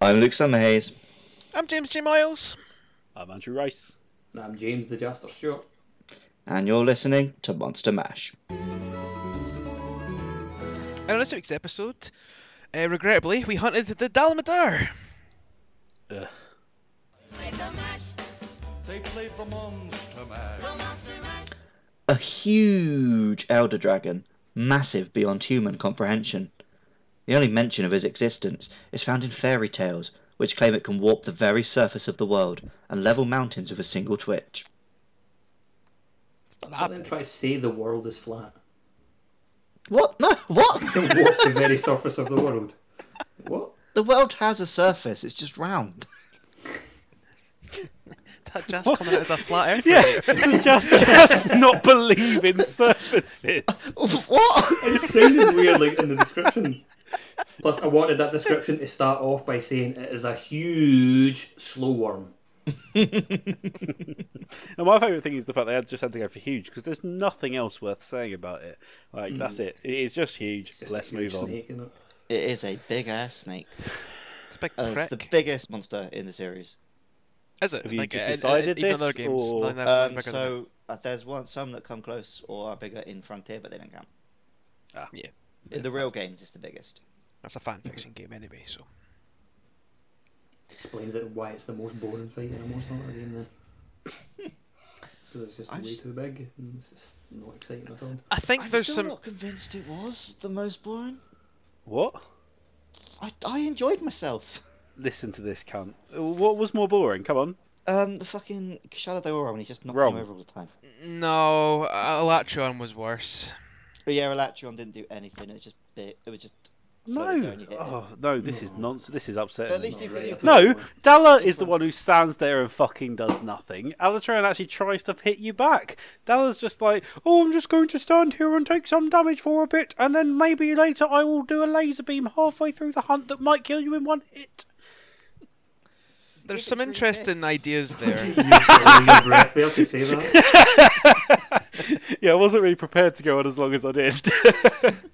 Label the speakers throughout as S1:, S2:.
S1: I'm Luke Summerhays.
S2: I'm James J. Miles.
S3: I'm Andrew Rice.
S4: And I'm James the Jaster Stewart.
S1: and you're listening to Monster Mash.
S2: And on this week's episode, uh, regrettably, we hunted the Dalmadar.
S3: Ugh.
S5: They played the Monster Mash.
S1: A huge elder dragon, massive beyond human comprehension. The only mention of his existence is found in fairy tales, which claim it can warp the very surface of the world and level mountains with a single twitch.
S2: Stop
S4: So
S3: Ah.
S4: then try to say the world is flat.
S1: What? No, what?
S4: They walk the very surface of the world. What?
S1: the world has a surface, it's just round.
S2: that jazz coming out as a flat earth.
S3: Yeah, it's just just not believe in surfaces.
S1: what?
S4: It sounded weird, like in the description. Plus, I wanted that description to start off by saying it is a huge slow worm.
S3: And my favourite thing is the fact they had just had to go for huge because there's nothing else worth saying about it. Like that's it. It is just huge.
S4: Just a
S3: Let's
S4: huge
S3: move on.
S4: snake, isn't it?
S1: It is a big ass snake.
S2: It's a big
S1: Uh,
S2: prick.
S1: it's the biggest monster in the series.
S2: Is it?
S3: Have you
S2: Like,
S3: just
S2: uh, uh,
S3: decided
S2: even in
S3: this,
S2: other games,
S3: or-
S2: like, that's
S1: Um,
S2: bigger than
S1: so uh, there's one some that come close or are bigger in Frontier, but they don't count.
S3: Ah.
S2: Yeah.
S1: In the real games, it's the biggest.
S2: that. that's a fan fiction game anyway. So
S4: Explains it why it's the most boring fight in a Monster Hunter game then. Because it's just
S1: I
S4: way
S1: just-
S4: too big and it's just not exciting at all.
S2: I think
S1: I'm
S2: there's
S1: still
S2: some.
S1: not convinced it was the most boring.
S3: What?
S1: I, I enjoyed myself.
S3: Listen to this cunt. What was more boring? Come on.
S1: Um, the fucking Shadow de Oro when he's just knocking
S3: Wrong.
S1: him over all the time.
S2: No, uh, Electron was worse.
S1: But yeah, Elatreon didn't do anything. It was just big. It was just. Sorry,
S3: No.
S1: don't you hit it.
S3: Oh no. This is nonsense. This is upsetting.
S1: At least he
S4: not really
S1: really
S4: a
S3: No, Dalla is the one who stands there and fucking does nothing. Alatran actually tries to hit you back. Dalla's just like, oh, I'm just going to stand here and take some damage for a bit, and then maybe later I will do a laser beam halfway through the hunt that might kill you in one hit.
S1: Give
S2: There's
S1: it
S2: some
S1: three
S2: interesting ideas there.
S4: You holding your breath there to say that.
S3: Yeah, I wasn't really prepared to go on as long as I did.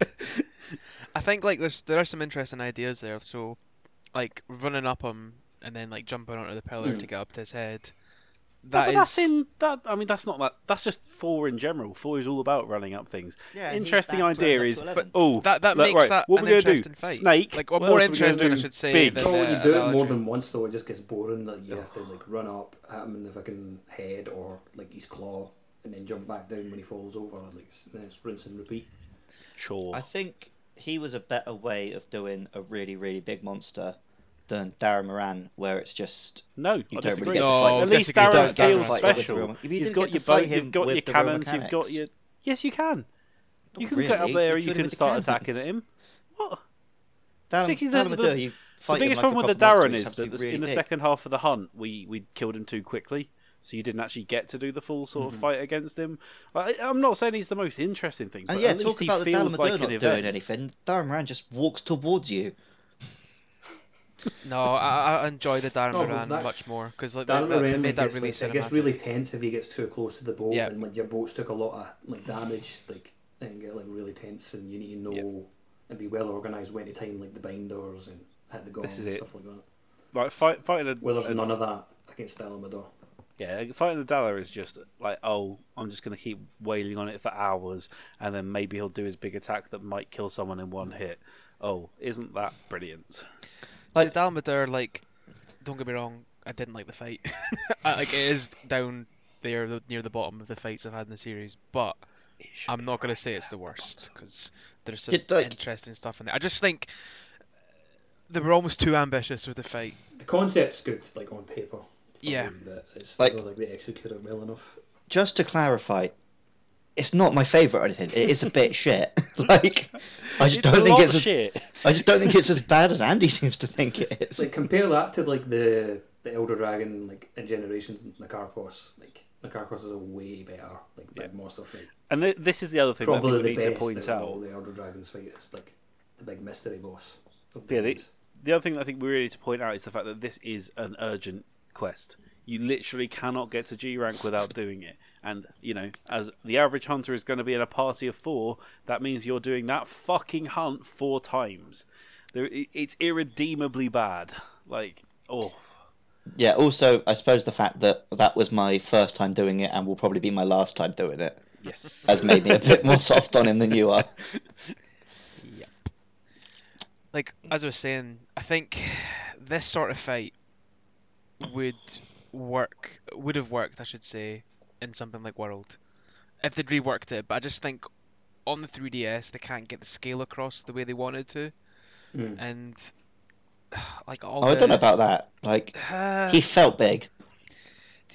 S2: I think like there's there are some interesting ideas there. So, like running up him and then like jumping onto the pillar to get up to his head.
S3: but
S2: That is
S3: that's in that. I mean, that's not that. That's just four in general. Four is all about running up things.
S1: Yeah, he's
S3: interesting
S1: back to
S3: idea
S1: up to
S3: is
S1: 11.
S3: oh
S2: That that
S3: look,
S2: makes
S3: right,
S2: that
S3: what
S2: an
S3: we're gonna
S2: interesting
S3: do?
S2: fight.
S3: Snake.
S2: Like or
S3: What
S2: more
S3: else are we
S2: interesting,
S3: gonna
S2: I
S3: do?
S2: should say.
S3: Big.
S2: Than,
S4: Well, when
S2: uh,
S4: you do it
S2: Aladrin.
S4: more than once, though, it just gets boring. That you have to like run up, hit him in the fucking head or like his claw, and then jump back down when he falls over. Like it's, then it's rinse and repeat.
S3: Chore.
S1: I think he was a better way of doing a really really big monster than Darren Moran, where it's just
S3: No, I
S1: You don't really
S3: disagree.
S1: get to
S2: No, fight
S3: at
S2: him.
S3: least
S2: disagree. You
S3: Darren
S2: don't get to
S3: feels
S2: fight him
S1: with
S3: special.
S1: real- If you
S3: You've
S1: didn't
S3: got
S1: get
S3: your
S1: to fight
S3: boat, you've
S1: him
S3: got
S1: with
S3: your
S1: the real
S3: cannons, you've got
S1: mechanics.
S3: your. Yes, you can. You
S1: Not
S3: can get up
S1: really.
S3: there
S1: You
S3: and you
S1: kill him
S3: can
S1: with the
S3: start
S1: cannons.
S3: attacking at him. What?
S1: Darren,
S3: Particularly the-
S1: Darren
S3: the-
S1: Maduro, you fight him
S3: the
S1: like
S3: biggest
S1: a
S3: problem with the
S1: proper monster,
S3: Darren
S1: you
S3: is
S1: have
S3: that
S1: to be
S3: the,
S1: really
S3: in the
S1: big.
S3: second half of the hunt, we we killed him too quickly, so you didn't actually get to do the full sort
S1: Mm-hmm.
S3: of fight against him. I, I'm not saying he's the most interesting thing, but
S1: And Uh, yeah,
S3: at least
S1: talk
S3: he
S1: about the
S3: feels
S1: Darren
S3: like
S1: not
S3: an
S1: doing
S3: event.
S1: anything. Darren Moran just walks towards you.
S2: No, I, I enjoy the Darren
S4: No, but
S2: Moran
S4: that-
S2: much more because like
S4: Dan
S2: they, they
S4: Moran
S2: made
S4: like,
S2: that
S4: gets,
S2: really
S4: like, it
S2: cinematic.
S4: gets really tense if he gets too close to the boat,
S2: Yeah. Mm.
S4: and like your boats took a lot of like damage, like and get like really tense, and you need to know and be well organised when to time like the binders and hit the gong
S3: This is
S4: and
S3: it.
S4: stuff like that.
S3: Like fight, fighting a
S4: Well, there's none of that against Alamador.
S3: yeah, fighting a Dalla is just like oh, I'm just going to keep wailing on it for hours, and then maybe he'll do his big attack that might kill someone in one hit. Oh, isn't that brilliant?
S2: Like the Dalmador, like don't get me wrong, I didn't like the fight. I, like it is down there the, near the bottom of the fights I've had in the series, but I'm not gonna say it's the worst because there's some
S1: Get, like-
S2: interesting stuff in there. I just think they were almost too ambitious with the fight.
S4: The concept's good, like on paper. for
S2: Yeah.
S4: me, but it's
S1: Like-
S4: I don't think they execute it well enough.
S1: Just to clarify, it's not my favourite or anything. It is a bit shit. Like I just
S3: It's a
S1: don't think
S3: lot
S1: it's
S3: of
S1: as,
S3: shit.
S1: I just don't think it's as bad as Andy seems to think it is.
S4: Like compare that to like the the Elder Dragon like in Generations and Nakarkos. Like Nakarkos is a way better like big monster fight.
S3: And th- this is the other thing
S4: Probably
S3: that I
S4: the
S3: think we need
S4: best
S3: to point
S4: out.
S3: out.
S4: of all the Elder Dragons fight. It's like the big mystery boss. Of the
S3: Yeah, they,
S4: games.
S3: the other thing that I think we really need to point out is the fact that this is an urgent quest. You literally cannot get to G rank without doing it. And, you know, as the average hunter is going to be in a party of four, that means you're doing that fucking hunt four times. There, i- it's irredeemably bad. Like, oh,
S1: Yeah. Also, I suppose the fact that that was my first time doing it and will probably be my last time doing it
S3: yes.
S1: has made me a bit more soft on him than you are.
S2: like as I was saying, I think this sort of fight would work would have worked, I should say, in something like World. If they'd reworked it, but I just think on the 3DS they can't get the scale across the way they wanted to,
S4: Mm.
S2: and like all
S1: Oh, I
S2: the
S1: don't know about that. Like
S2: Uh,
S1: he felt big.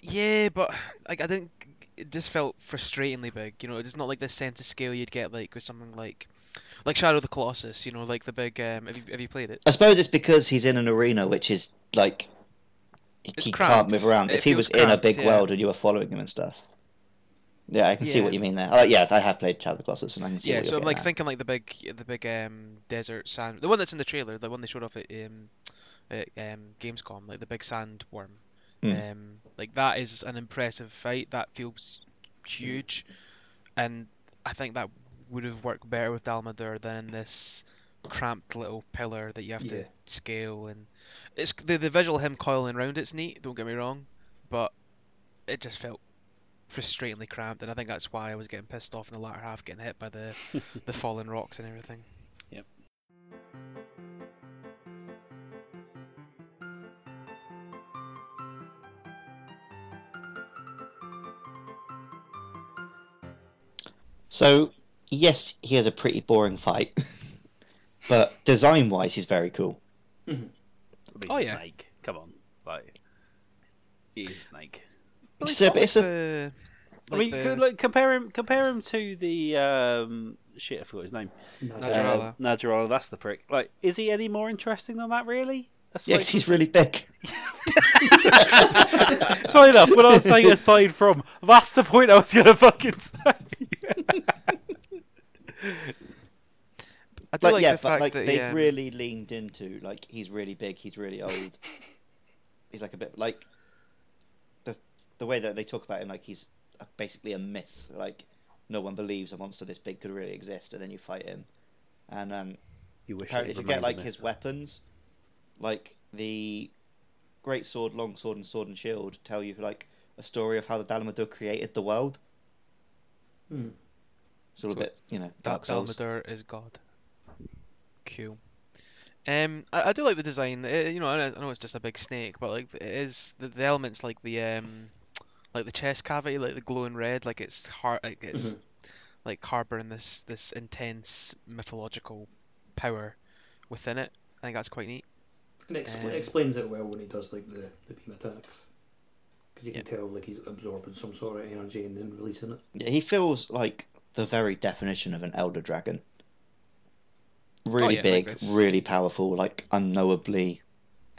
S2: yeah, but like I didn't. It just felt frustratingly big. You know, it's not like this sense of scale you'd get like with something like, like Shadow of the Colossus. You know, like the big. Um, have you have you played it?
S1: I suppose it's because he's in an arena which is like he
S2: It's
S1: he can't
S2: cramped.
S1: move around.
S2: It
S1: if he was
S2: feels
S1: in a
S2: cramped,
S1: big
S2: yeah.
S1: world and you were following him and stuff. Yeah, I can see
S2: Yeah.
S1: what you mean there. Oh, yeah, I have played Child of the Colossus and I can see
S2: Yeah,
S1: what
S2: so
S1: you're
S2: I'm like
S1: getting
S2: thinking like the big, the big um, desert sand, the one that's in the trailer, the one they showed off at um, at um, Gamescom, like the big sandworm.
S1: Mm.
S2: Um, like that is an impressive fight. That feels huge, and I think that would have worked better with Dalmadur than in this cramped little pillar that you have
S4: Yeah.
S2: to scale. And it's the the visual of him coiling around. It's neat. Don't get me wrong, but it just felt frustratingly cramped, and I think that's why I was getting pissed off in the latter half, getting hit by the the falling rocks and everything.
S1: So yes, he has a pretty boring fight, but design-wise, he's very cool.
S3: But he's
S2: Oh,
S3: a
S2: yeah.
S3: snake. Come on, like, he's a snake.
S2: But
S1: It's a- it's a-
S2: the,
S3: I mean, co- like, compare him, compare him to the um, shit. I forgot his name.
S4: Nadarala.
S2: Nadarala.
S3: Najarala. Um, That's the prick. Like, is he any more interesting than that? Really? That's
S1: Yeah,
S3: like-
S1: 'cause he's really big.
S3: Fair enough, but I was saying aside from that's the point I was gonna fucking say.
S2: I do
S1: Like,
S2: like
S1: yeah,
S2: the
S1: but
S2: fact
S1: like
S2: that
S1: they
S2: yeah,
S1: really leaned into like he's really big, he's really old. he's like a bit like the the way that they talk about him, like he's a- basically a myth. Like no one believes a monster this big could really exist, and then you fight him. And um,
S3: You wish
S1: apparently, if you get like his weapons, like the great sword, long sword, and sword and shield, tell you like a story of how the Dalmadur created the world.
S4: Hmm.
S1: It's a little
S2: So
S1: bit, you know,
S2: that
S1: Dark Souls.
S2: Dalmadur is God. Cool. Um, I, I do like the design. eh, you know, I know, I know it's just a big snake, but like it is the, the elements like the um, like the chest cavity, like the glowing red, like it's har like it's
S1: Mm-hmm.
S2: like harboring this this intense mythological power within it. I think that's quite neat.
S4: And it expl-
S2: Um,
S4: explains it well when he does like the, the beam attacks, because you can
S2: Yeah.
S4: tell like he's absorbing some sort of energy and then releasing it.
S1: Yeah, he feels like the very definition of an elder dragon. Really
S2: Oh, yeah,
S1: big,
S2: like this.
S1: really powerful, like unknowably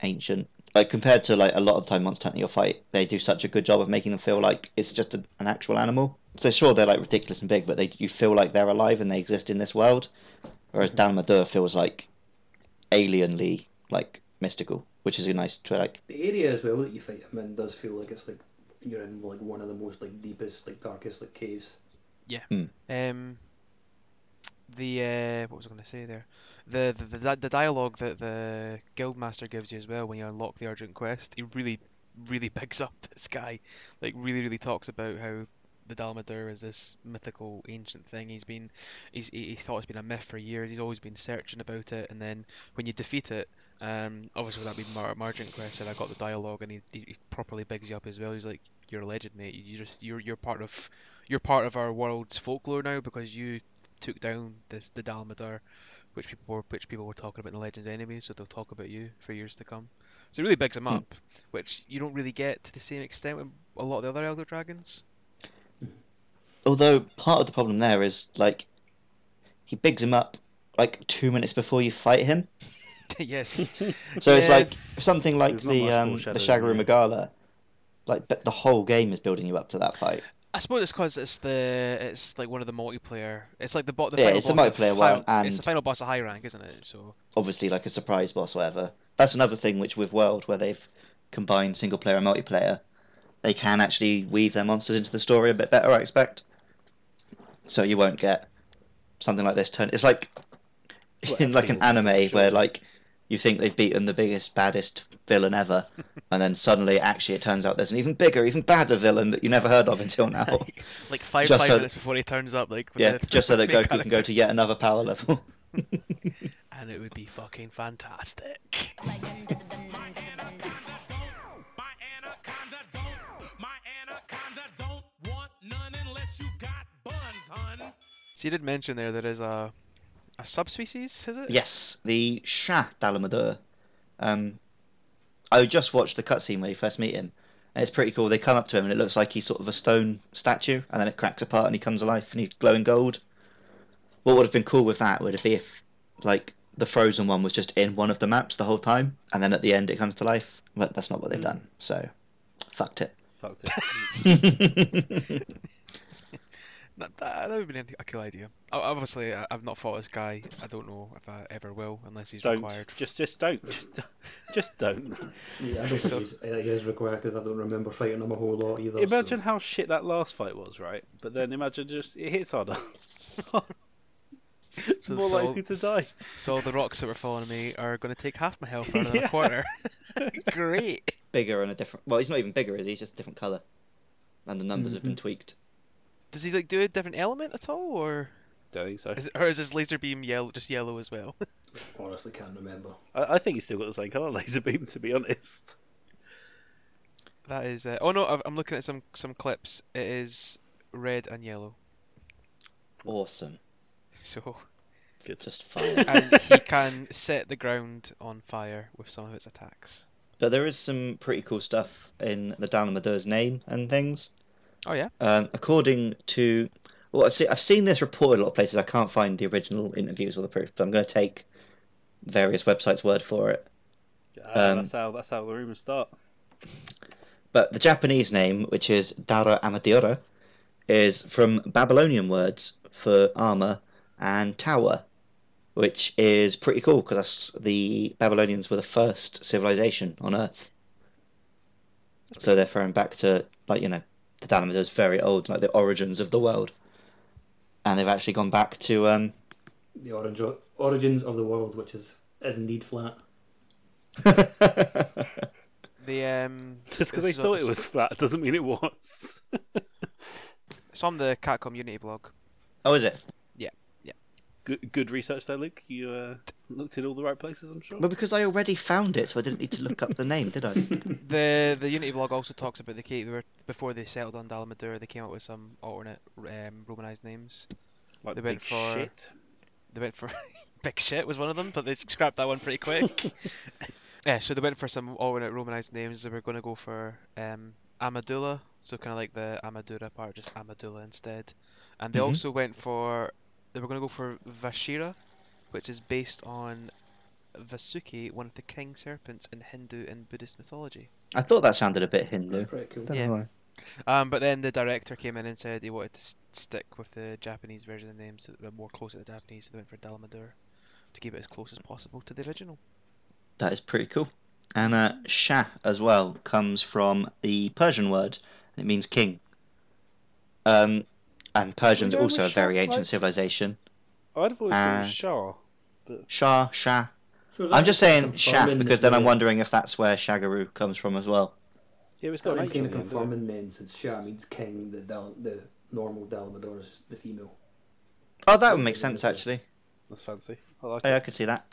S1: ancient. Like compared to like a lot of time Monster Hunter you'll fight, they do such a good job of making them feel like it's just a, an actual animal. So sure they're like ridiculous and big, but they you feel like they're alive and they exist in this world. Whereas
S2: Mm-hmm.
S1: Dalmadur feels like alienly like mystical, which is a nice to like
S4: The area as well that you fight him in does feel like it's like you're in like one of the most like deepest like darkest like caves.
S2: Um, the uh, what was I going to say there? The the, the di- the dialogue that the guildmaster gives you as well when you unlock the urgent quest, he really really picks up this guy, like really really talks about how the Dalmadur is this mythical ancient thing. He's been he's he, he thought it's been a myth for years. He's always been searching about it, and then when you defeat it. Um, obviously, with that being Mar- Margent Quest, and I got the dialogue, and he, he, he properly bigs you up as well. He's like, "You're a legend, mate. You just you're you're part of you're part of our world's folklore now because you took down this the Dalmadar, which people were which people were talking about in the Legends anyway, so they'll talk about you for years to come. So it really bigs them
S1: Hmm.
S2: up, which you don't really get to the same extent with a lot of the other Elder Dragons.
S1: although part of the problem there is like he bigs him up like two minutes before you fight him.
S2: yes.
S1: So it's
S2: Yeah.
S1: like something like
S3: There's not
S1: the
S3: much
S1: um, the
S3: foreshadowing
S1: Shagaru
S3: there.
S1: Magala, like but the whole game is building you up to that fight.
S2: I suppose it's because it's the it's like one of the multiplayer. It's like the bo- the
S1: Yeah,
S2: final
S1: it's the
S2: boss of
S1: multiplayer one,
S2: final- It's
S1: and-
S2: the final boss of high rank, isn't it? So
S1: Obviously, like a surprise boss, whatever. That's another thing which with World, where they've combined single player and multiplayer, they can actually weave their monsters into the story a bit better, I expect. So you won't get something like this turn. It's like
S3: Well,
S1: in like an
S3: everything will be
S1: anime
S3: special.
S1: where like You think they've beaten the biggest, baddest villain ever, and then suddenly, actually, it turns out there's an even bigger, even badder villain that you never heard of until now.
S2: Like five
S1: Oh. Just
S2: five
S1: so-
S2: minutes before he turns up, like with
S1: yeah,
S2: the-
S1: just so that
S2: main
S1: Goku can go to
S2: characters.
S1: yet another power level.
S2: and it would be fucking fantastic.
S6: My anaconda don't. My anaconda don't want none unless you got buns, hun.
S2: So you did mention there there is a a subspecies, is it?
S1: yes, the Shah Dalamador. Um, I just watched the cutscene where you first meet him, and it's pretty cool. They come up to him, and it looks like he's sort of a stone statue, and then it cracks apart, and he comes alive, and he's glowing gold. What would have been cool with that would have been if, like, the Frozen one was just in one of the maps the whole time, and then at the end it comes to life. But that's not what they've done, so fucked it.
S3: Fucked it.
S2: That, that, that would be a cool idea. O- Obviously, I, I've not fought this guy. I don't know if I ever will, unless he's
S3: Don't.
S2: required.
S3: Just, just don't. Just, just don't.
S4: Yeah, I don't
S2: So-
S4: think he's, uh, he is required because I don't remember fighting him a whole lot either.
S3: Imagine
S4: So.
S3: how shit that last fight was, right? But then imagine just it hits harder.
S2: So,
S3: More
S2: so, all,
S3: likely to die.
S2: so all the rocks that were following me are going to take half my health rather than
S3: Yeah.
S2: a quarter. Great.
S1: bigger and a different. Well, he's not even bigger, is he? He's just a different color, and the numbers have been tweaked.
S2: Does he like do a different element at all, or
S3: Don't think so.
S2: is, or is his laser beam yellow, just yellow as well?
S4: Honestly, can't remember.
S3: I, I think he's still got the same colour laser beam. To be honest,
S2: that is. Uh, oh no, I've- I'm looking at some some clips. It is red and yellow.
S1: Awesome,
S2: So
S1: just fire.
S2: and he can set the ground on fire with some of its attacks.
S1: but there is some pretty cool stuff in the Dalamadur's name and things.
S2: Oh yeah.
S1: Um, according to, well, I've, see, I've seen this reported a lot of places. I can't find the original interviews or the proof, but I'm going to take various websites' word for it.
S3: Ah,
S1: Um,
S3: that's how that's how the rumours start.
S1: But the Japanese name, which is Dara Amadera, is from Babylonian words for armor and tower, which is pretty cool because the Babylonians were the first civilization on Earth. So they're thrown back to, like, you know, the Dalamadera is very old, like the origins of the world. And they've actually gone back to, um,
S4: The orange o- origins of the world, which is is indeed flat.
S2: The um.
S3: Just because they
S2: it's on-
S3: thought it
S2: it's-
S3: was flat doesn't mean it was.
S2: It's on the Catcom Unity blog.
S1: oh, is it?
S3: good, good research there, Luke. You uh, looked in all the right places, I'm sure.
S1: Well, because I already found it, so I didn't need to look up the name, did I?
S2: The the Unity blog also talks about the case. They were, before they settled on Dalamadura, they came up with some alternate um, Romanized names.
S3: Like
S2: they
S3: big
S2: went for-
S3: shit.
S2: They went for Big Shit was one of them, but they scrapped that one pretty quick. yeah, so they went for some alternate Romanized names. They were going to go for um, Amadula, so kind of like the Amadura part, just Amadula instead. And they
S1: Mhm.
S2: also went for they were going to go for Vashira, which is based on Vasuki, one of the king serpents in Hindu and Buddhist mythology.
S1: I thought that sounded a bit Hindu.
S4: Pretty cool.
S1: Don't
S2: Yeah.
S1: know why.
S2: Um, but then the director came in and said he wanted to s- stick with the Japanese version of the name, so that they're more close to the Japanese, so they went for Dalmadur to keep it as close as possible to the original.
S1: That is pretty cool. And uh, Shah as well comes from the Persian word, and it means king. Um, and Persians
S3: going
S1: also a
S3: with
S1: very
S3: Shah,
S1: ancient
S3: like-
S1: civilization.
S3: I'd have always thought it was
S1: Uh,
S3: Shah.
S1: Shah, Shah.
S4: So is
S1: I'm
S4: that
S1: just saying Shah
S4: confirming
S1: because
S4: that
S1: then I'm
S4: the-
S1: wondering if that's where Shagaru comes from as well.
S3: Yeah, it's
S4: So
S3: got
S4: i
S3: an H on
S4: came
S3: the end, isn't it?
S4: confirming then since Shah means king, the Dal- the normal Dalamador is the female.
S1: Oh, that would
S4: Yeah,
S1: make
S4: yeah,
S1: sense
S4: that's it.
S1: actually.
S3: That's fancy. I
S2: Uh,
S3: like
S1: Oh,
S3: it.
S1: yeah, I could see that.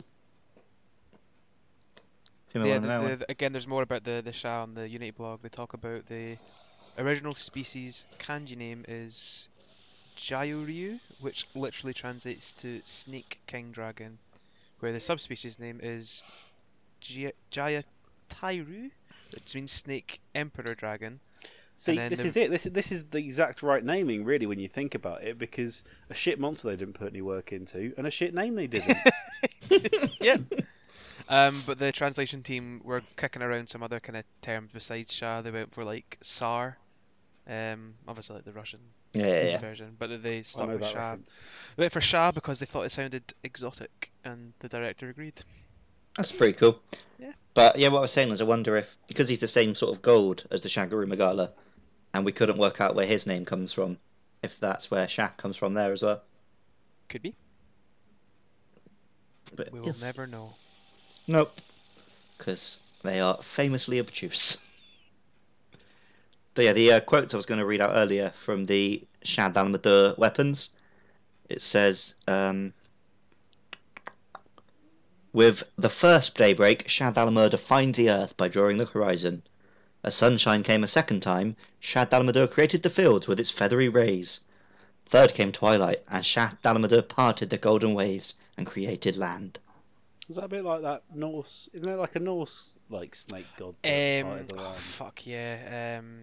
S1: Female
S2: yeah,
S1: one, male
S2: the,
S1: one.
S2: the, the- again, there's more about the the Sha on the Unity blog. They talk about the original species kanji name is Jayoryu, which literally translates to snake king dragon, where the subspecies name is Jia- Jayatairu, which means snake emperor dragon.
S3: See,
S2: then
S3: this
S2: the-
S3: is it. This this is the exact right naming, really, when you think about it, because a shit monster they didn't put any work into, and a shit name they didn't.
S2: yep. Um, but the translation team were kicking around some other kind of terms besides Shah. They went for like Tsar, um, obviously like the Russian
S1: Yeah, yeah, yeah.
S2: version, but then they
S3: I
S2: stuck
S3: know
S2: with
S3: that
S2: Shah.
S3: reference.
S2: They went for Shah because they thought it sounded exotic, and the director agreed.
S1: That's pretty cool.
S2: Yeah.
S1: But yeah, what I was saying was I wonder if because he's the same sort of gold as the Shagaru Magala, and we couldn't work out where his name comes from, if that's where Shaq comes from there as well.
S2: Could be.
S1: But
S2: We will
S1: yes.
S2: never know.
S1: Nope. Because they are famously obtuse. But yeah, the uh, quote I was going to read out earlier from the Shadan Madur weapons, it says, um, with the first daybreak, Shad Al-Murder finds the earth by drawing the horizon. As sunshine came a second time, Shad Al-Murder created the fields with its feathery rays. Third came twilight, and Shad Al-Murder parted the golden waves and created land.
S3: Is that a bit like that Norse? Isn't it like a Norse like snake god? that
S2: Um,
S3: parted the
S2: oh,
S3: land?
S2: fuck yeah. Um,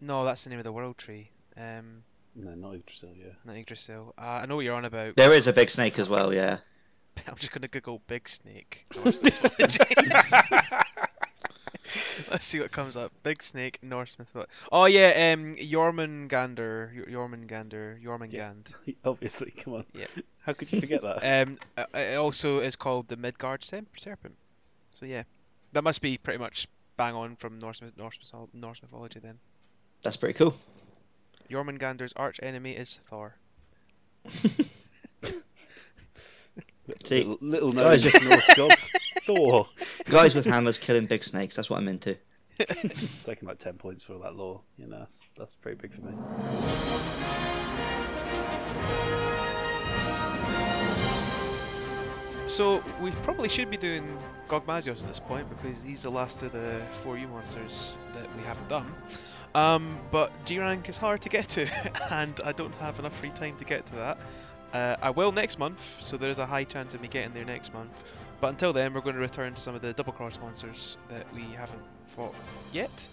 S2: no, that's the name of the world tree. Um,
S3: No, not Yggdrasil. Yeah.
S2: not Yggdrasil. Uh, I know what you're on about.
S1: There is a big snake as well, yeah.
S2: I'm just gonna Google big snake. Norse mythology. Let's see what comes up. Big snake, Norse mythology. Oh yeah, um, Jormungandr, Y- Jormungandr, Jormungand.
S3: Obviously, come on.
S2: Yeah.
S3: How could you forget that?
S2: Um, uh, it also is called the Midgard Sem- serpent. So yeah, that must be pretty much bang on from Norse myth- Norse, mythol- Norse mythology then.
S1: That's pretty cool.
S2: Jormungandr's arch enemy is Thor.
S1: See,
S3: Little- little known
S1: guys, if-
S3: Norse god Thor.
S1: Guys with hammers killing big snakes, that's what I'm into.
S3: Taking like ten points for all that law. You know, that's, that's pretty big for me.
S2: So we probably should be doing Gogmazios at this point because he's the last of the four U monsters that we haven't done. Um, but G rank is hard to get to, and I don't have enough free time to get to that. Uh, I will next month, so there is a high chance of me getting there next month. But until then, we're going to return to some of the double cross monsters that we haven't fought yet.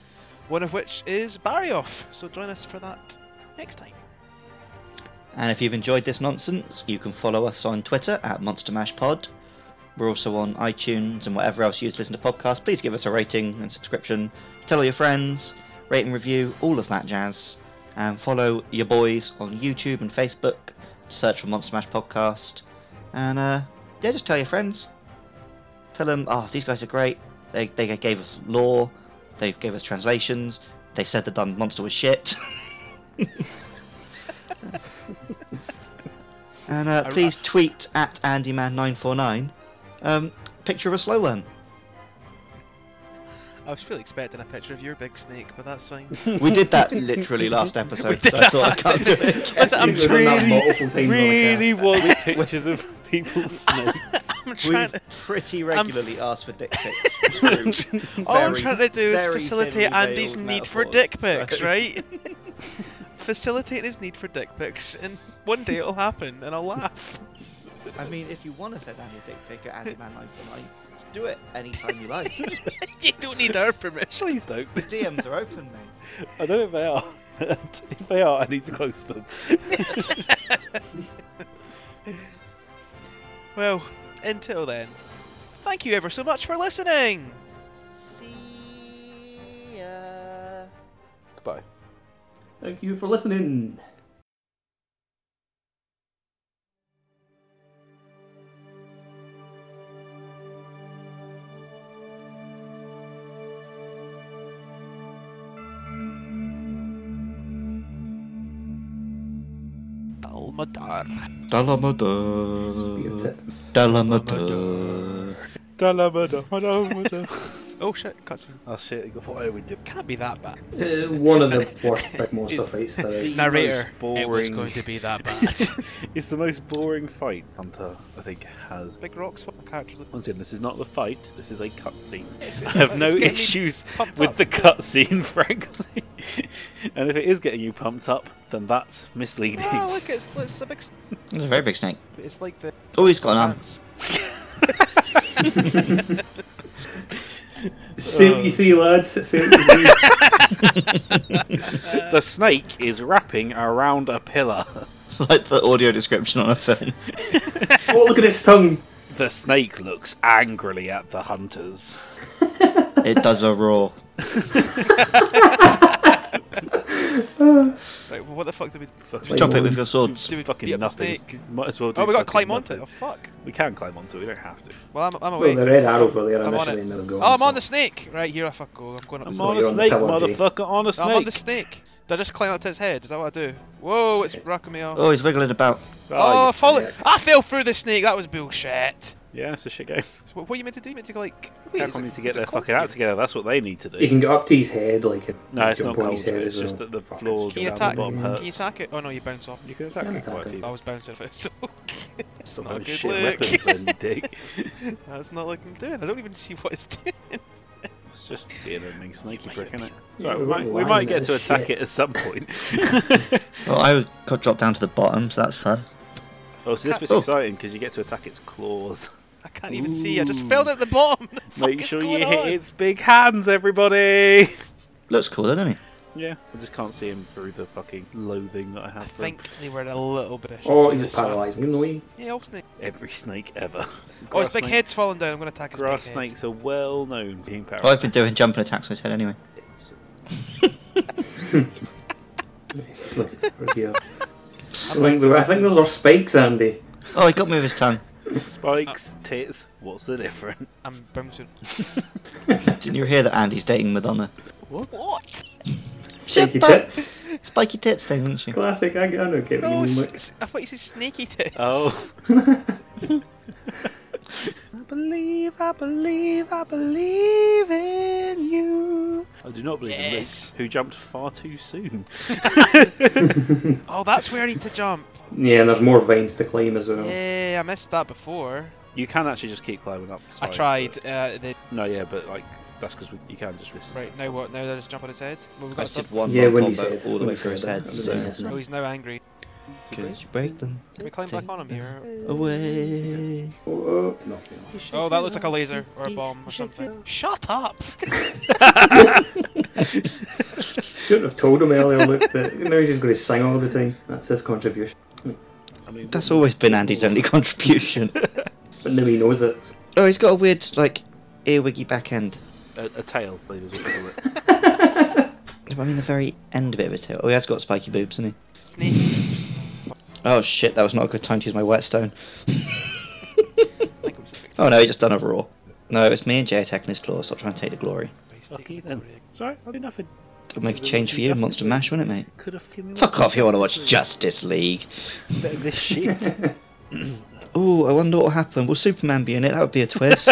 S2: One of which is Barioff. So join us for that next time.
S1: And if you've enjoyed this nonsense, you can follow us on Twitter at Monster Mash Pod. We're also on iTunes and whatever else you use to listen to podcasts. Please give us a rating and subscription. Tell all your friends, rate and review, all of that jazz. And follow your boys on YouTube and Facebook. Search for Monster Mash Podcast. And uh, yeah, just tell your friends. Tell them, oh, these guys are great. They, they gave us lore. They gave us translations. They said the dumb monster was shit. And uh,
S2: I-
S1: please tweet at AndyMan949 um, picture of a slow worm.
S2: I was really expecting a picture of your big snake, but that's fine.
S1: We did that literally last
S2: We
S1: episode,
S2: did
S1: so I thought I can't do it. again.
S2: I'm
S4: He's done that multiple times on the
S3: really
S4: cast.
S3: want pictures of people's snakes.
S2: I'm
S1: We
S2: trying to.
S1: pretty regularly asked for dick pics.
S2: All I'm
S1: very-
S2: trying to do is
S1: very
S2: facilitate
S1: thinly
S2: Andy's
S1: veiled
S2: need for
S1: metaphors,
S2: dick pics,
S1: so-
S2: right? Facilitate his need for dick pics, and one day it'll happen, and I'll laugh.
S1: I mean, if you want to send Andy a dick pic at AndyMan949, do it anytime you like.
S2: you don't need our permission.
S3: Please don't.
S1: DMs are open, mate.
S3: I don't know if they are. if they are, I need to close them.
S2: Well, until then, thank you ever so much for listening.
S1: See ya.
S3: Goodbye.
S4: Thank you for listening.
S2: Dalmadar.
S4: Spear
S1: Dalamada.
S4: tips.
S1: Dalamada.
S2: Oh shit, cutscene.
S3: Oh shit! What are we doing?
S2: Can't be that bad.
S4: Uh, one of the worst big monster
S3: It's-
S4: fights there is.
S3: Now-
S2: Narrator, it was
S3: boring.
S2: going to be that bad.
S3: It's the most boring fight Hunter I think has.
S2: Big rocks, what the characters look
S3: Once again, this is not the fight. This is a cutscene.
S2: It's-
S3: I have no
S2: it's getting me
S3: issues
S2: pumped
S3: with
S2: up.
S3: the cutscene, frankly. and if it is getting you pumped up, then that's misleading.
S2: Oh, look, it's, it's a big. s-
S1: That's a very big snake.
S2: It's like the.
S1: Oh, he's got an arm.
S2: ants.
S4: See what you see, lads. See what you see.
S3: the snake is wrapping around a pillar.
S1: like the audio description on a film.
S4: oh, look at its tongue.
S3: The snake looks angrily at the hunters.
S1: It does a roar.
S2: Right, well, what the fuck did we.
S3: Fucking,
S1: Chop it with your swords.
S2: Do we
S3: fucking
S2: beat up the
S3: nothing.
S2: snake?
S3: Might as well. Do
S2: Oh, we got to
S3: fucking
S2: climb onto it.
S3: nothing.
S2: Oh, fuck.
S3: We can climb onto it. We don't have to.
S2: Well, I'm, I'm away.
S4: Well, the red arrows were there
S2: Oh, I'm on
S4: initially
S2: it.
S4: and they're gone.
S2: Oh, I'm on
S4: so-
S2: the snake! Right, here I fuck go. I'm going up the
S3: I'm
S2: snake.
S3: on a
S4: on a you're on the
S3: snake,
S4: snake, pillar, G.
S3: motherfucker. On a
S2: I'm on the
S3: snake.
S2: snake! Did I just climb up to its head? Is that what I do? Whoa,
S3: Oh,
S2: it's rocking me off.
S1: Oh, he's wiggling about.
S2: Oh, I fall-
S4: prick.
S2: I fell through the snake! That was bullshit!
S3: Yeah, it's a shit game.
S2: So what, what are you meant to do? You meant to like.
S3: Capcom need to get their fucking act together. That's what they need to
S4: You
S3: do.
S4: can go up to his head, like and
S3: No, it's
S4: jump
S3: not
S4: on
S3: cold.
S4: his head
S3: It's
S4: as
S3: just
S4: well.
S3: that the
S4: Fuck.
S3: floor
S2: Can you
S3: down
S2: attack?
S3: the bottom
S2: Can you
S3: hurts.
S2: attack it? Oh no, you bounce off.
S3: You can attack
S4: Yeah,
S3: it quite a
S4: attack
S3: few.
S2: I was bouncing off it, so
S3: Still
S2: not a
S3: having
S2: good
S3: shit
S2: look.
S3: weapons then, you dick.
S2: that's not looking doing. I don't even see what it's doing.
S3: It's just being a big snaky
S2: might
S3: prick,
S2: be-
S3: isn't it?
S4: Yeah,
S3: So
S4: we
S3: we might,
S4: won't
S3: we
S4: lie
S3: might
S4: in
S3: get
S4: this
S3: to attack
S4: shit.
S3: it at some point.
S1: Well, I got dropped down to the bottom, so that's fun.
S3: oh, so this bit's
S1: Oh.
S3: exciting because you get to attack its claws.
S2: I can't even see. I just fell at the bottom. The fuck
S3: Make
S2: is
S3: sure
S2: going
S3: you
S2: on?
S3: hit its big hands, everybody.
S1: Looks cool, doesn't it?
S3: Yeah, I just can't see him through the fucking loathing that I have
S2: I
S3: for him.
S2: think they were a little bit. of
S4: Or
S2: shit,
S4: Oh, you just
S2: so-
S4: paralyse him, no?
S2: Yeah, old snake.
S3: every snake ever.
S2: Oh, his
S3: Grass
S2: big
S3: snakes-
S2: head's falling down. I'm gonna attack his big
S3: Grass
S2: head.
S3: snakes are well known for being
S1: Well, I've been
S3: parasites.
S1: doing jumping attacks on his head anyway.
S4: It's like, we're here. I think, there- I think those are spikes, Andy.
S1: Oh, he got me with his tongue.
S3: Spikes, tits. What's the difference?
S2: I'm bouncing.
S1: Didn't you hear that Andy's dating Madonna?
S2: What?
S4: Spiky
S1: up.
S4: tits.
S1: Spiky tits thing, didn't she?
S4: Classic. I, I know get what
S2: No,
S4: you mean.
S2: s-
S4: Like,
S2: s- I thought you said snaky tits.
S3: Oh. I believe, I believe, I believe in you. I do not believe
S2: Yes.
S3: in Luke, who jumped far too soon.
S2: Oh, that's where I need to jump.
S4: yeah, and there's more vines to climb as well.
S2: Yeah, I missed that before.
S3: You can actually just keep climbing up.
S2: I
S3: sorry,
S2: tried. Uh, the,
S3: but- No, yeah, but like that's because you can just this is-
S2: right now, what? Now I just jump on his head. Well, we've
S1: I
S2: got
S1: just did
S2: something.
S1: one
S4: Yeah,
S1: leg
S4: when he
S1: combo
S4: said-
S1: all the
S4: when
S1: way
S4: he
S1: through his
S4: said
S1: head.
S4: that, I
S1: So,
S4: didn't
S2: Oh, he's now angry.
S1: could you break them
S2: Can we climb back on him here?
S1: away?
S4: Oh, no, no.
S3: Uh,
S2: Oh, that looks like a laser or a bomb or something. Shut up!
S4: Shouldn't have told him earlier. Look, that now he's just going to sing all the time. That's his contribution.
S3: I mean,
S1: That's always been Andy's only contribution.
S4: But now he knows it.
S1: oh, he's got a weird, like, earwiggy back end.
S3: a, a tail, I believe is what they call it.
S1: I mean, the very end bit of his tail. Oh, he has got spiky boobs, hasn't he?
S2: Snake.
S1: Oh, shit, that was not a good time to use my whetstone.
S2: Like it was perfect.
S1: Oh, no, he just done a raw. No, it's me and Jay attacking his claws. Stop trying to take the glory.
S3: Lucky then. Sorry, I'll do nothing.
S1: It'll make a change for you in Monster Mash, wouldn't it, mate?
S3: Could have given me
S1: Fuck off, you want to watch
S3: League.
S1: Justice League.
S3: Better this shit.
S1: Ooh, I wonder what will happen. Will Superman be in it? That would be a twist.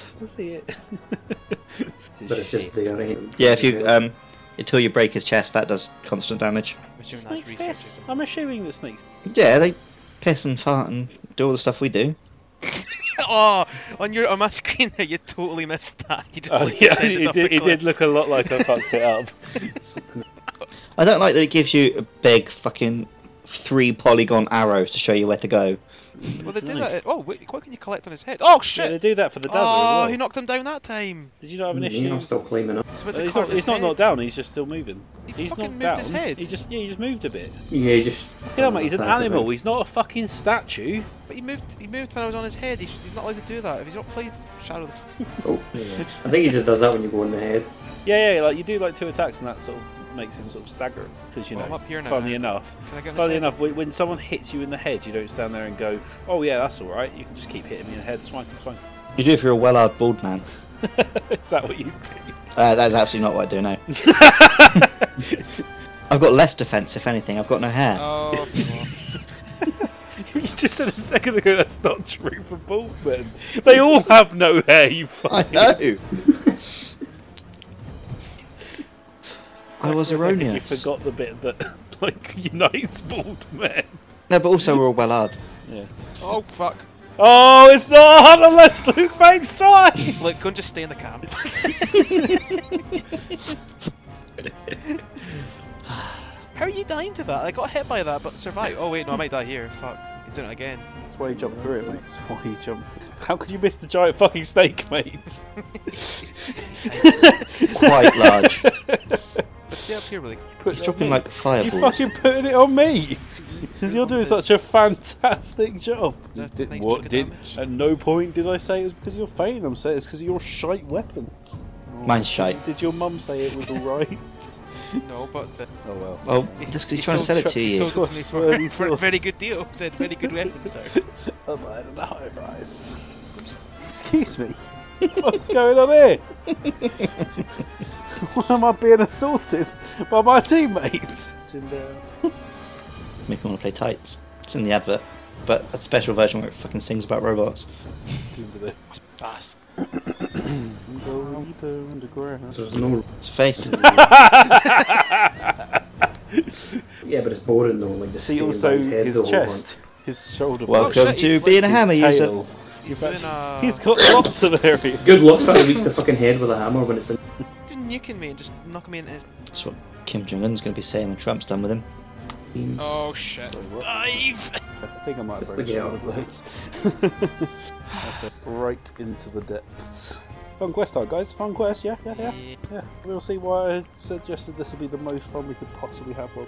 S3: Just to see it. This is
S4: But it's
S3: shit.
S4: just there. eh? Ain't it?
S1: yeah, if you, um, until you break his chest, that does constant damage.
S2: I'm assuming that's
S3: Snakes
S2: research
S3: piss.
S2: or
S3: I'm assuming the snakes.
S1: Yeah, they piss and fart and do all the stuff we do.
S2: something. oh, on your on my screen there, you totally missed that. You just like, sent it,
S3: it
S2: off the
S3: Oh, did, it
S2: cliff.
S3: did look a lot like I fucked it up.
S1: I don't like that it gives you a big fucking three polygon arrow to show you where to go.
S2: Well, they did
S3: Nice.
S2: that. Oh, wait, what can you collect on his head? Oh
S3: Yeah, they
S2: shit!
S3: do that for the dazzler
S2: oh, Mm,
S3: as
S2: he
S3: well.
S2: knocked him down that time.
S3: Did you not have an issue?
S4: You know, still climbing up.
S2: It's about
S3: Uh,
S2: to
S3: he's
S2: cut
S3: not,
S2: his
S3: he's not
S2: head.
S3: knocked down, he's just still moving.
S2: He
S3: He's
S2: fucking
S3: not
S2: moved
S3: down.
S2: his head.
S3: He just yeah, he just moved a bit.
S4: Yeah, you just.
S3: Look at him, mate, he's an
S4: Attack it,
S3: animal,
S4: like,
S3: he's not a fucking statue.
S2: But he moved. He moved when I was on his head. He's, he's not allowed to do that. If he's not played Shadow, of the...
S4: Oh, yeah. I think he just does that when you go in the head.
S3: Yeah, yeah, like you do like two attacks and that sort of makes him sort of stagger because you
S2: Well,
S3: know.
S2: I'm up here now.
S3: Funnily enough,
S2: Can I get on his
S3: funnily
S2: head?
S3: enough, when, when someone hits you in the head, you don't stand there and go, "Oh yeah, that's all right." You can just keep hitting me in the head. It's fine. It's fine.
S1: You do if you're a well-armed bald man.
S3: Is that what you do?
S1: Uh, that's absolutely not what I do now. I've got less defense, if anything. I've got no hair.
S2: oh, well.
S3: You just said a second ago that's not true for bald men. They all have no hair. You
S1: I
S3: fucking.
S1: know. I was
S3: For a second, You
S1: erroneous.
S3: forgot the bit that like unites bald men.
S1: No, but also we're all well-armed.
S2: oh fuck!
S3: Oh, it's not hard unless Luke finds size.
S2: Look, go and just stay in the camp. How are you dying to that? I got hit by that, but survived. Oh wait, no, I might die here. Fuck! You're doing it again.
S3: That's why you jump through it, mate. That's why you jump. How could you miss the giant fucking snake, mate?
S1: Quite large.
S2: Just stay up here, really.
S1: He's dropping like fireballs.
S3: You fucking putting it on me. 'Cause you're doing such a fantastic job.
S2: That
S3: Did-
S2: nice chunk
S3: what
S2: of
S3: did?
S2: damage.
S3: At no point did I say it was because of your fame. I'm saying it's because of your shite weapons.
S1: Mine's shite.
S3: Did your mum say it was all right?
S2: No, but the,
S3: oh well.
S1: Well, just 'cause he's
S2: He
S1: trying to
S2: sold
S1: sell it
S3: tra-
S1: to
S2: he
S1: you.
S2: sold it to me for,
S3: Sweaty
S2: for a
S3: sauce.
S2: very good deal. Said very good weapon, sir.
S3: A bite and a high price. Excuse me. What's going on here? Why am I being assaulted by my teammates?
S1: Make him want to play tights. It's in the advert. but a special version where it fucking sings about robots.
S3: Timberlands.
S2: Bastard.
S4: There's no.
S1: Let's face it.
S4: Yeah, but it's boring though. Like the
S3: See
S4: steam
S3: also
S4: on his, head the
S3: his
S4: whole
S3: chest, his shoulder.
S1: Welcome
S2: shit,
S1: to
S2: he's
S1: being a
S3: his
S1: hammer user.
S3: tail. You've had- uh,
S2: doing a-
S3: He's got lots of area.
S4: Good luck trying to reach the fucking head with a hammer when it's in.
S2: You're nuking me and just knocking me in his.
S1: That's what Kim Jong Un's going to be saying when Trump's done with him.
S2: Oh shit. Dive!
S3: I think I might have
S4: Just
S3: broken
S4: look
S3: shoulder
S4: out.
S3: blades. Okay, right into the depths. Fun quest though, guys. Fun quest, yeah, yeah, yeah. Yeah. We'll see why I suggested this would be the most fun we could possibly have. Well,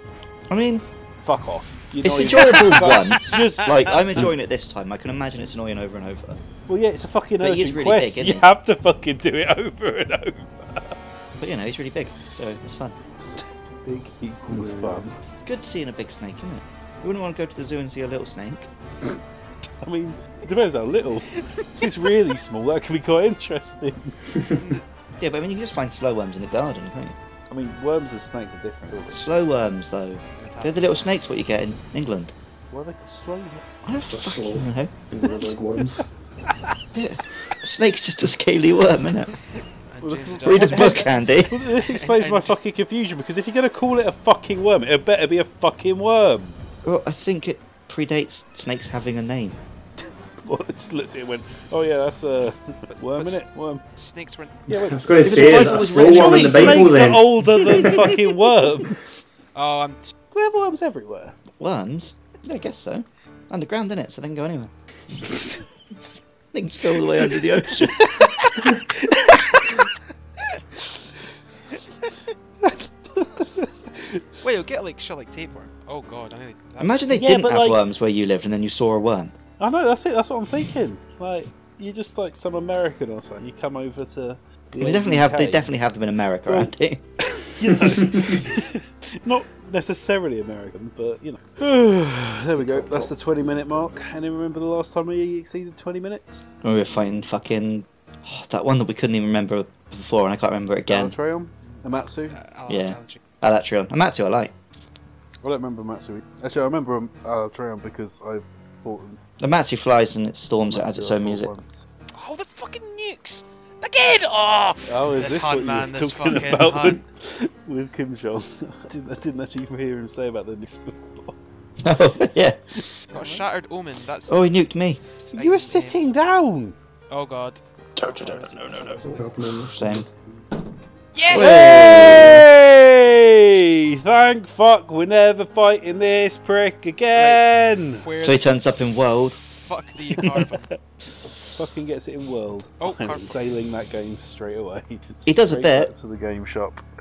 S1: I mean,
S3: fuck off. You
S1: it's
S3: know you-
S1: enjoyable once.
S3: Just
S1: Like, I'm enjoying it this time. I can imagine it's annoying over and over.
S3: well, yeah, it's a fucking
S1: But he is
S3: urgent
S1: really
S3: quest.
S1: big,
S3: you
S1: isn't he?
S3: have to fucking do it over and over.
S1: But you know, he's really big, so it's fun.
S3: Big equals fun.
S1: Good seeing a big snake, isn't it? You wouldn't want to go to the zoo and see a little snake.
S3: I mean, it depends how little. if it's really small, that could be quite interesting.
S1: Yeah, but I mean, you can just find slow worms in the garden, can't you?
S3: I mean, worms and snakes are different. Aren't they?
S1: Slow worms, though. They're the little snakes what you get in England.
S3: Why are they called slow?
S1: I don't
S4: They're
S1: fucking
S4: slow.
S1: know.
S4: And they're like worms.
S1: Yeah. A snake's just a scaly worm, isn't it?
S3: Well, this-
S1: Read his book, Andy.
S3: Well, this explains my fucking confusion because if you're going to call it a fucking worm, it better be a fucking worm.
S1: Well, I think it predates snakes having a name.
S3: Well, I just looked at it and went, oh yeah, that's a worm,
S2: but-
S3: innit? Worm.
S2: Snakes were.
S3: Yeah, wait,
S4: I was going
S3: if
S4: to
S3: it's
S4: say,
S3: a
S4: is
S3: bicycle,
S4: that a
S3: it's
S4: slow
S3: red.
S4: one in the
S3: Surely
S4: Bible
S3: snakes
S4: then?
S3: are older than fucking worms.
S2: Oh, I'm.
S3: Do they have worms everywhere?
S1: Worms? Yeah, I guess so. Underground, innit? So they can go anywhere. Things go all the way under the ocean.
S2: Wait, you'll get like shit like tapeworm. Oh god, I need. That...
S1: Imagine they
S3: Yeah,
S1: didn't
S3: but,
S1: have
S3: like-
S1: worms where you lived and then you saw a worm.
S3: I know, that's it, that's what I'm thinking. Like, you're just like some American or something. You come over to. the
S1: We definitely have, they
S3: UK.
S1: definitely have them in America,
S3: Well-
S1: Andy.
S3: you know, not necessarily American, but you know. there we go. That's the 20 minute mark. Anyone remember the last time we exceeded 20 minutes?
S1: When we were fighting fucking. oh, that one that we couldn't even remember before and I can't remember it again. Oh,
S3: Alatreon? Amatsu?
S2: I'll,
S1: Yeah.
S2: I'll check.
S1: Alatrion. Amatsu, I like.
S3: I don't remember Amatsu. Actually, I remember um, Alatreon because I've fought
S1: Amatsu flies and it storms, it has
S3: Amatsu
S1: its
S3: I
S1: own
S3: fought
S1: music.
S3: once.
S2: Oh, the fucking nukes! Again! Oh!
S3: Oh, is
S2: This
S3: this
S2: hunt,
S3: what you
S2: man,
S3: were
S2: this
S3: talking
S2: fucking
S3: about
S2: hunt.
S3: with, with Kim Jong? I didn't, I didn't actually hear him say about the news before.
S1: oh, yeah.
S2: Got a shattered omen. That's.
S1: Oh, he nuked me.
S3: You were sitting down.
S2: Oh god.
S1: No, no, no, no, no. Same.
S3: Hey! Thank fuck, we're never fighting this prick again.
S2: Where
S1: So he
S2: the
S1: turns up in World.
S2: fuck do you carve him?
S3: Fucking gets it in world.
S2: Oh,
S3: I'm
S2: pardon.
S3: sailing that game straight away.
S1: He does a
S3: Straight
S1: bit.
S3: back to the game shop.